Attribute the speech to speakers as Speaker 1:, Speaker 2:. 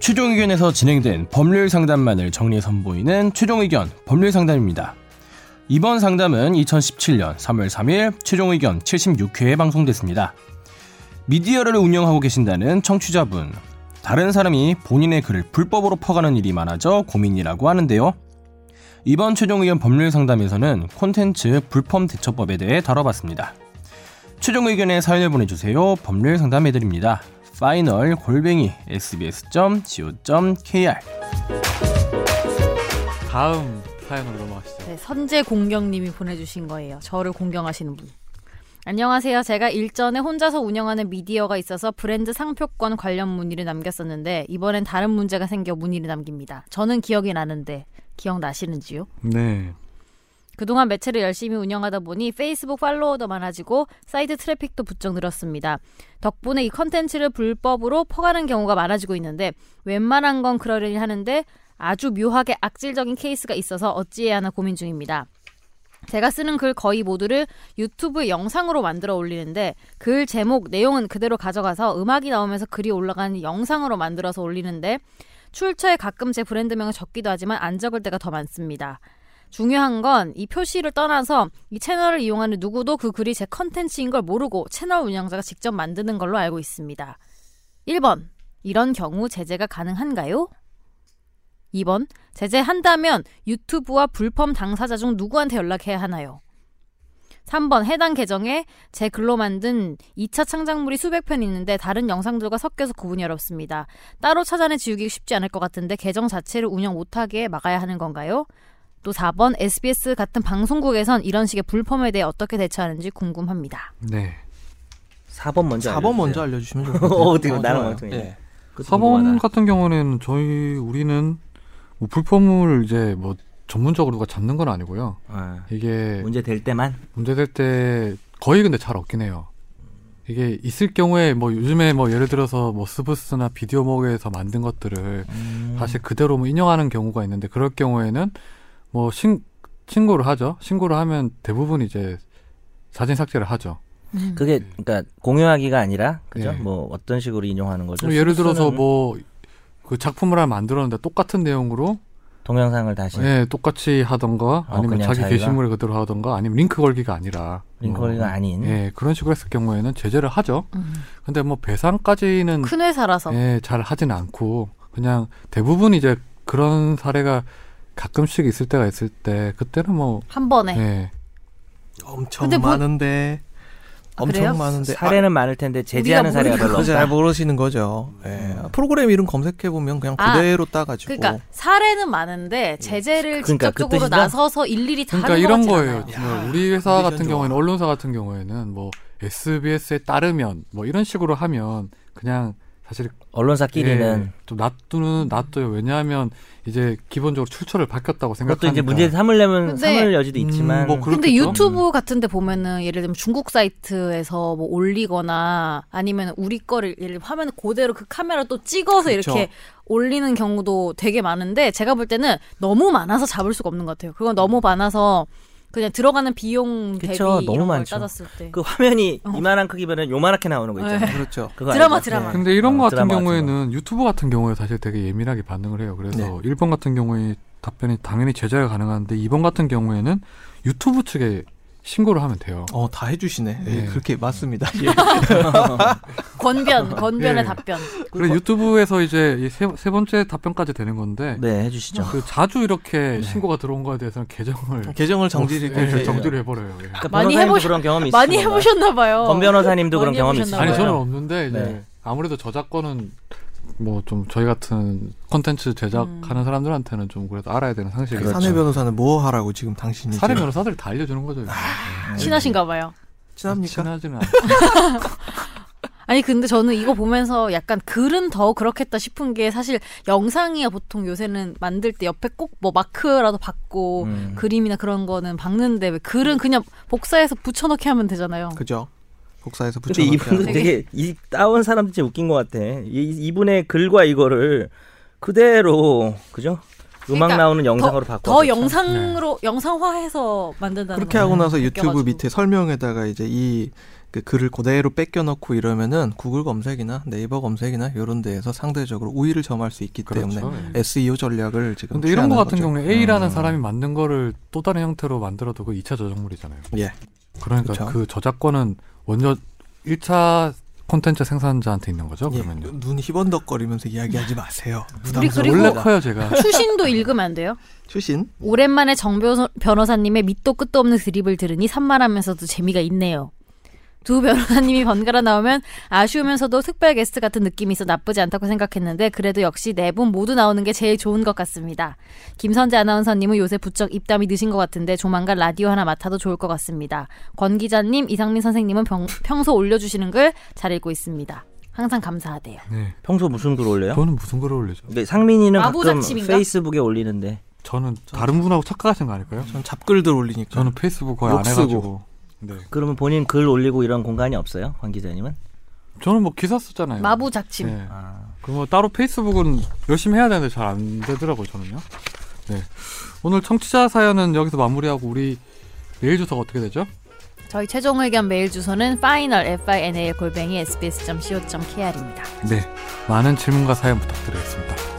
Speaker 1: 최종의견에서 진행된 법률 상담만을 정리해 선보이는 최종의견 법률 상담입니다. 이번 상담은 2017년 3월 3일 최종의견 76회에 방송됐습니다. 미디어를 운영하고 계신다는 청취자분. 다른 사람이 본인의 글을 불법으로 퍼가는 일이 많아져 고민이라고 하는데요. 이번 최종 의견 법률 상담에서는 콘텐츠 불법 대처법에 대해 다뤄봤습니다. 최종 의견에 사연을 보내주세요. 법률 상담해드립니다. 파이널 골뱅이 sbs.co.kr
Speaker 2: 다음 사연으로 넘어가시죠.
Speaker 3: 네, 선제 공경님이 보내주신 거예요. 저를 공경하시는 분. 안녕하세요. 제가 일전에 혼자서 운영하는 미디어가 있어서 브랜드 상표권 관련 문의를 남겼었는데 이번엔 다른 문제가 생겨 문의를 남깁니다. 저는 기억이 나는데 기억나시는지요?
Speaker 2: 네.
Speaker 3: 그동안 매체를 열심히 운영하다 보니 페이스북 팔로워도 많아지고 사이트 트래픽도 부쩍 늘었습니다. 덕분에 이 컨텐츠를 불법으로 퍼가는 경우가 많아지고 있는데 웬만한 건 그러려니 하는데 아주 묘하게 악질적인 케이스가 있어서 어찌해야 하나 고민 중입니다. 제가 쓰는 글 거의 모두를 유튜브 영상으로 만들어 올리는데 글 제목 내용은 그대로 가져가서 음악이 나오면서 글이 올라간 영상으로 만들어서 올리는데 출처에 가끔 제 브랜드명을 적기도 하지만 안 적을 때가 더 많습니다. 중요한 건 이 표시를 떠나서 이 채널을 이용하는 누구도 그 글이 제 컨텐츠인 걸 모르고 채널 운영자가 직접 만드는 걸로 알고 있습니다. 1번. 이런 경우 제재가 가능한가요? 2번. 제재한다면 유튜브와 불법 당사자 중 누구한테 연락해야 하나요? 3번. 해당 계정에 제 글로 만든 2차 창작물이 수백 편 있는데 다른 영상들과 섞여서 구분이 어렵습니다. 따로 찾아내 지우기 쉽지 않을 것 같은데 계정 자체를 운영 못하게 막아야 하는 건가요? 또 4번 SBS 같은 방송국에선 이런 식의 불펌에 대해 어떻게 대처하는지 궁금합니다.
Speaker 2: 네.
Speaker 4: 4번 먼저.
Speaker 5: 4번 먼저
Speaker 4: 알려주세요.
Speaker 5: 알려주시면 좋을 것 같아요.
Speaker 4: 어, 어떻게 나랑
Speaker 5: 좋아요.
Speaker 4: 어떻게?
Speaker 5: 네.
Speaker 4: 그것도
Speaker 2: 4번
Speaker 4: 궁금하다.
Speaker 2: 같은 경우는 저희 우리는 뭐 불법물 이제 뭐 전문적으로 누가 잡는 건 아니고요.
Speaker 4: 아,
Speaker 5: 네.
Speaker 2: 이게
Speaker 4: 문제 될 때만.
Speaker 2: 문제될 때 거의 근데 잘 없긴 해요. 이게 있을 경우에 뭐 요즘에 뭐 예를 들어서 뭐 스브스나 비디오 먹에서 만든 것들을 다시 그대로 뭐 인용하는 경우가 있는데 그럴 경우에는 뭐 신, 신고를 하죠. 신고를 하면 대부분 이제 사진 삭제를 하죠.
Speaker 4: 그게 그러니까 공유하기가 아니라 그죠?
Speaker 2: 네.
Speaker 4: 뭐 어떤 식으로 인용하는 거죠?
Speaker 2: 그리고 예를 들어서
Speaker 4: 쓰는
Speaker 2: 뭐 그 작품을 하나 만들었는데 똑같은 내용으로
Speaker 4: 동영상을 다시
Speaker 2: 예, 똑같이 하던가
Speaker 4: 어,
Speaker 2: 아니면
Speaker 4: 그냥
Speaker 2: 자기
Speaker 4: 자기가?
Speaker 2: 게시물에 그대로 하던가 아니면 링크 걸기가 아니라
Speaker 4: 링크가
Speaker 2: 어,
Speaker 4: 아닌
Speaker 2: 예, 그런 식으로 했을 경우에는 제재를 하죠.
Speaker 3: 음.
Speaker 2: 근데 뭐 배상까지는
Speaker 3: 큰 회사라서
Speaker 2: 예, 잘 하진 않고 그냥 대부분 이제 그런 사례가 가끔씩 있을 때가 있을 때 그때는 뭐
Speaker 3: 한 번에
Speaker 2: 예,
Speaker 5: 엄청
Speaker 3: 근데 뭐-
Speaker 5: 많은데
Speaker 3: 아,
Speaker 5: 엄청
Speaker 3: 그래요?
Speaker 5: 많은데
Speaker 4: 사례는 많을 텐데 제재하는 사례가 별로
Speaker 5: 그거
Speaker 4: 없다.
Speaker 5: 잘 모르시는 거죠. 예. 프로그램 이름 검색해 보면 그냥
Speaker 3: 음. 아,
Speaker 5: 그대로 따가지고
Speaker 2: 어.
Speaker 3: 그러니까 사례는 많은데 제재를
Speaker 4: 그러니까 그
Speaker 3: 직접적으로
Speaker 4: 뜻이죠?
Speaker 3: 나서서 일일이 다
Speaker 2: 그러니까
Speaker 3: 하는
Speaker 2: 이런
Speaker 3: 것 같진
Speaker 2: 거예요.
Speaker 3: 않아요.
Speaker 2: 뭐 우리 회사
Speaker 5: 컨디션
Speaker 2: 같은
Speaker 5: 좋아.
Speaker 2: 경우에는 언론사 같은 경우에는 뭐 SBS에 따르면 뭐 이런 식으로 하면 그냥 사실
Speaker 4: 언론사끼리는
Speaker 2: 예, 좀 놔두는 놔둬요. 왜냐하면 이제 기본적으로 출처를 밝혔다고
Speaker 4: 그것도
Speaker 2: 생각하니까.
Speaker 4: 이제 문제 삼으려면
Speaker 3: 근데-
Speaker 4: 삼을 여지도
Speaker 2: 음,
Speaker 4: 있지만
Speaker 2: 뭐 그렇-
Speaker 3: 근데
Speaker 2: 그렇겠죠?
Speaker 3: 유튜브 같은데 보면은 예를 들면 중국 사이트에서 뭐 올리거나 아니면 우리 거를 예를 들면 화면 그대로 그 카메라 또 찍어서
Speaker 5: 그쵸.
Speaker 3: 이렇게 올리는 경우도 되게 많은데 제가 볼 때는 너무 많아서 잡을 수가 없는 것 같아요. 그건 너무 많아서 그냥 들어가는 비용 대비
Speaker 4: 그쵸, 너무
Speaker 3: 이런 걸
Speaker 4: 많죠.
Speaker 3: 따졌을 때
Speaker 4: 그 화면이
Speaker 3: 어. 네.
Speaker 4: 이만한 크기면은 요만하게 나오는 거 있잖아요.
Speaker 5: 그렇죠.
Speaker 4: 그거
Speaker 3: 드라마,
Speaker 4: 알죠?
Speaker 3: 드라마.
Speaker 2: 근데 이런
Speaker 4: 어,
Speaker 2: 거 같은
Speaker 4: 드라마 같은
Speaker 2: 경우에는 유튜브 같은 경우에 사실 되게 예민하게 반응을 해요. 그래서
Speaker 4: 네.
Speaker 2: 일 1번 같은 경우에 답변이 당연히 제재가 가능한데 2번 같은 경우에는 유튜브 측에 신고를 하면 돼요.
Speaker 5: 어, 다 해주시네. 예,
Speaker 2: 예.
Speaker 5: 그렇게 맞습니다. 예.
Speaker 3: 권변 권변의
Speaker 2: 예.
Speaker 3: 답변.
Speaker 2: 그래서 유튜브에서 이제 이 세, 세 번째 답변까지 되는 건데
Speaker 4: 네,
Speaker 3: 어.
Speaker 4: 해주시죠. 네.
Speaker 2: 그 자주 이렇게 신고가 들어온 거에 대해서는 계정을
Speaker 5: 계정을 정지를
Speaker 2: 예,
Speaker 5: 이렇게
Speaker 2: 정지를 해버려요. 예.
Speaker 4: 그러니까
Speaker 3: 많이
Speaker 4: 변호사님도
Speaker 3: 해보셨-
Speaker 4: 그런 경험이
Speaker 3: 많이
Speaker 4: 있으신가요?
Speaker 3: 해보셨나 봐요.
Speaker 4: 권 변호사님도 그런
Speaker 3: 많이
Speaker 4: 경험이 있으신
Speaker 3: 해보셨나
Speaker 2: 아니
Speaker 3: 봐요.
Speaker 2: 저는 없는데 이제
Speaker 4: 네.
Speaker 2: 아무래도 저작권은 뭐 좀 저희 같은 콘텐츠 제작하는 사람들한테는 좀 그래도 알아야 되는 상식이
Speaker 5: 사내 변호사는 뭐 하라고 지금 당신이
Speaker 2: 그렇죠. 사례
Speaker 5: 지금-
Speaker 2: 변호사들 다 알려주는 거죠. 이제.
Speaker 5: 아,
Speaker 3: 친하신가 봐요.
Speaker 5: 친합니까?
Speaker 2: 친하지는 않.
Speaker 3: 아니 근데 저는 이거 보면서 약간 글은 더 그렇겠다 싶은 게 사실 영상이야 보통 요새는 만들 때 옆에 꼭 뭐 마크라도 받고
Speaker 4: 음.
Speaker 3: 그림이나 그런 거는 박는데 왜 글은 그냥 복사해서 붙여넣기 하면 되잖아요.
Speaker 5: 음. 그죠. 복사해서
Speaker 4: 근데
Speaker 5: 붙여넣기.
Speaker 4: 이분도
Speaker 5: 하는-
Speaker 3: 되게-
Speaker 4: 되게 이 따온 사람들 진짜 웃긴 것 같아. 이, 이분의 글과 이거를 그대로 그죠? 음악
Speaker 3: 그러니까
Speaker 4: 나오는 영상으로
Speaker 3: 더,
Speaker 4: 바꿔.
Speaker 3: 더 영상으로 영상화해서 만든다는
Speaker 5: 네. 그렇게
Speaker 3: 거예요.
Speaker 5: 하고 나서 유튜브
Speaker 3: 웃겨가지고.
Speaker 5: 밑에 설명에다가 이제 이 그 글을 그대로 뺏겨 넣고 이러면은 구글 검색이나 네이버 검색이나 이런 데에서 상대적으로 우위를 점할 수 있기 때문에
Speaker 2: 예.
Speaker 5: SEO 전략을 지금
Speaker 2: 근데 이런 거
Speaker 5: 취하는
Speaker 2: 같은
Speaker 5: 거죠. 음.
Speaker 2: 경우에 A라는 사람이 만든 거를 또 다른 형태로 만들어도 그 2차 저작물이잖아요.
Speaker 5: 예.
Speaker 2: 그러니까
Speaker 5: 그쵸.
Speaker 2: 그 저작권은 먼저 1차 콘텐츠 생산자한테 있는 거죠.
Speaker 5: 예,
Speaker 2: 그러면요.
Speaker 5: 눈 희번덕거리면서 이야기하지 마세요.
Speaker 3: 우리
Speaker 5: 부담스러워.
Speaker 3: 그리고-
Speaker 2: 원래 커요 제가.
Speaker 3: 추신도 읽으면 안 돼요?
Speaker 5: 출신
Speaker 3: 오랜만에 정 변호- 변호사님의 밑도 끝도 없는 드립을 들으니 산만하면서도 재미가 있네요. 두 변호사님이 번갈아 나오면 아쉬우면서도 특별 게스트 같은 느낌이 있어 나쁘지 않다고 생각했는데 그래도 역시 네 분 모두 나오는 게 제일 좋은 것 같습니다. 김선재 아나운서님은 요새 부쩍 입담이 느신 것 같은데 조만간 라디오 하나 맡아도 좋을 것 같습니다. 권 기자님, 이상민 선생님은 병- 평소 올려주시는 글 잘 읽고 있습니다. 항상 감사하대요.
Speaker 2: 네.
Speaker 4: 평소 무슨 글 올려요?
Speaker 2: 저는 무슨 글을 올리죠?
Speaker 4: 근데 상민이는 가끔
Speaker 3: 마부잡침인가?
Speaker 4: 페이스북에 올리는데
Speaker 2: 저는 다른 분하고 착각하신 거 아닐까요?
Speaker 5: 전 잡글들 올리니까.
Speaker 2: 저는 페이스북 거의 안
Speaker 5: 그렇죠. 욕 쓰고.
Speaker 2: 해가지고. 네.
Speaker 4: 그러면 본인 글 올리고 이런 공간이 없어요? 권 기자님은?
Speaker 2: 저는 뭐 기사 쓰잖아요.
Speaker 3: 마부작침.
Speaker 2: 네.
Speaker 4: 아,
Speaker 2: 그뭐 따로 페이스북은 열심히 해야 되는데 잘 안 되더라고요 저는요. 네. 오늘 청취자 사연은 여기서 마무리하고 우리 메일 주소가 어떻게 되죠?
Speaker 3: 저희 최종 의견 메일 주소는 final final 골뱅이 sbs.co.kr입니다.
Speaker 2: 네. 많은 질문과 사연 부탁드리겠습니다.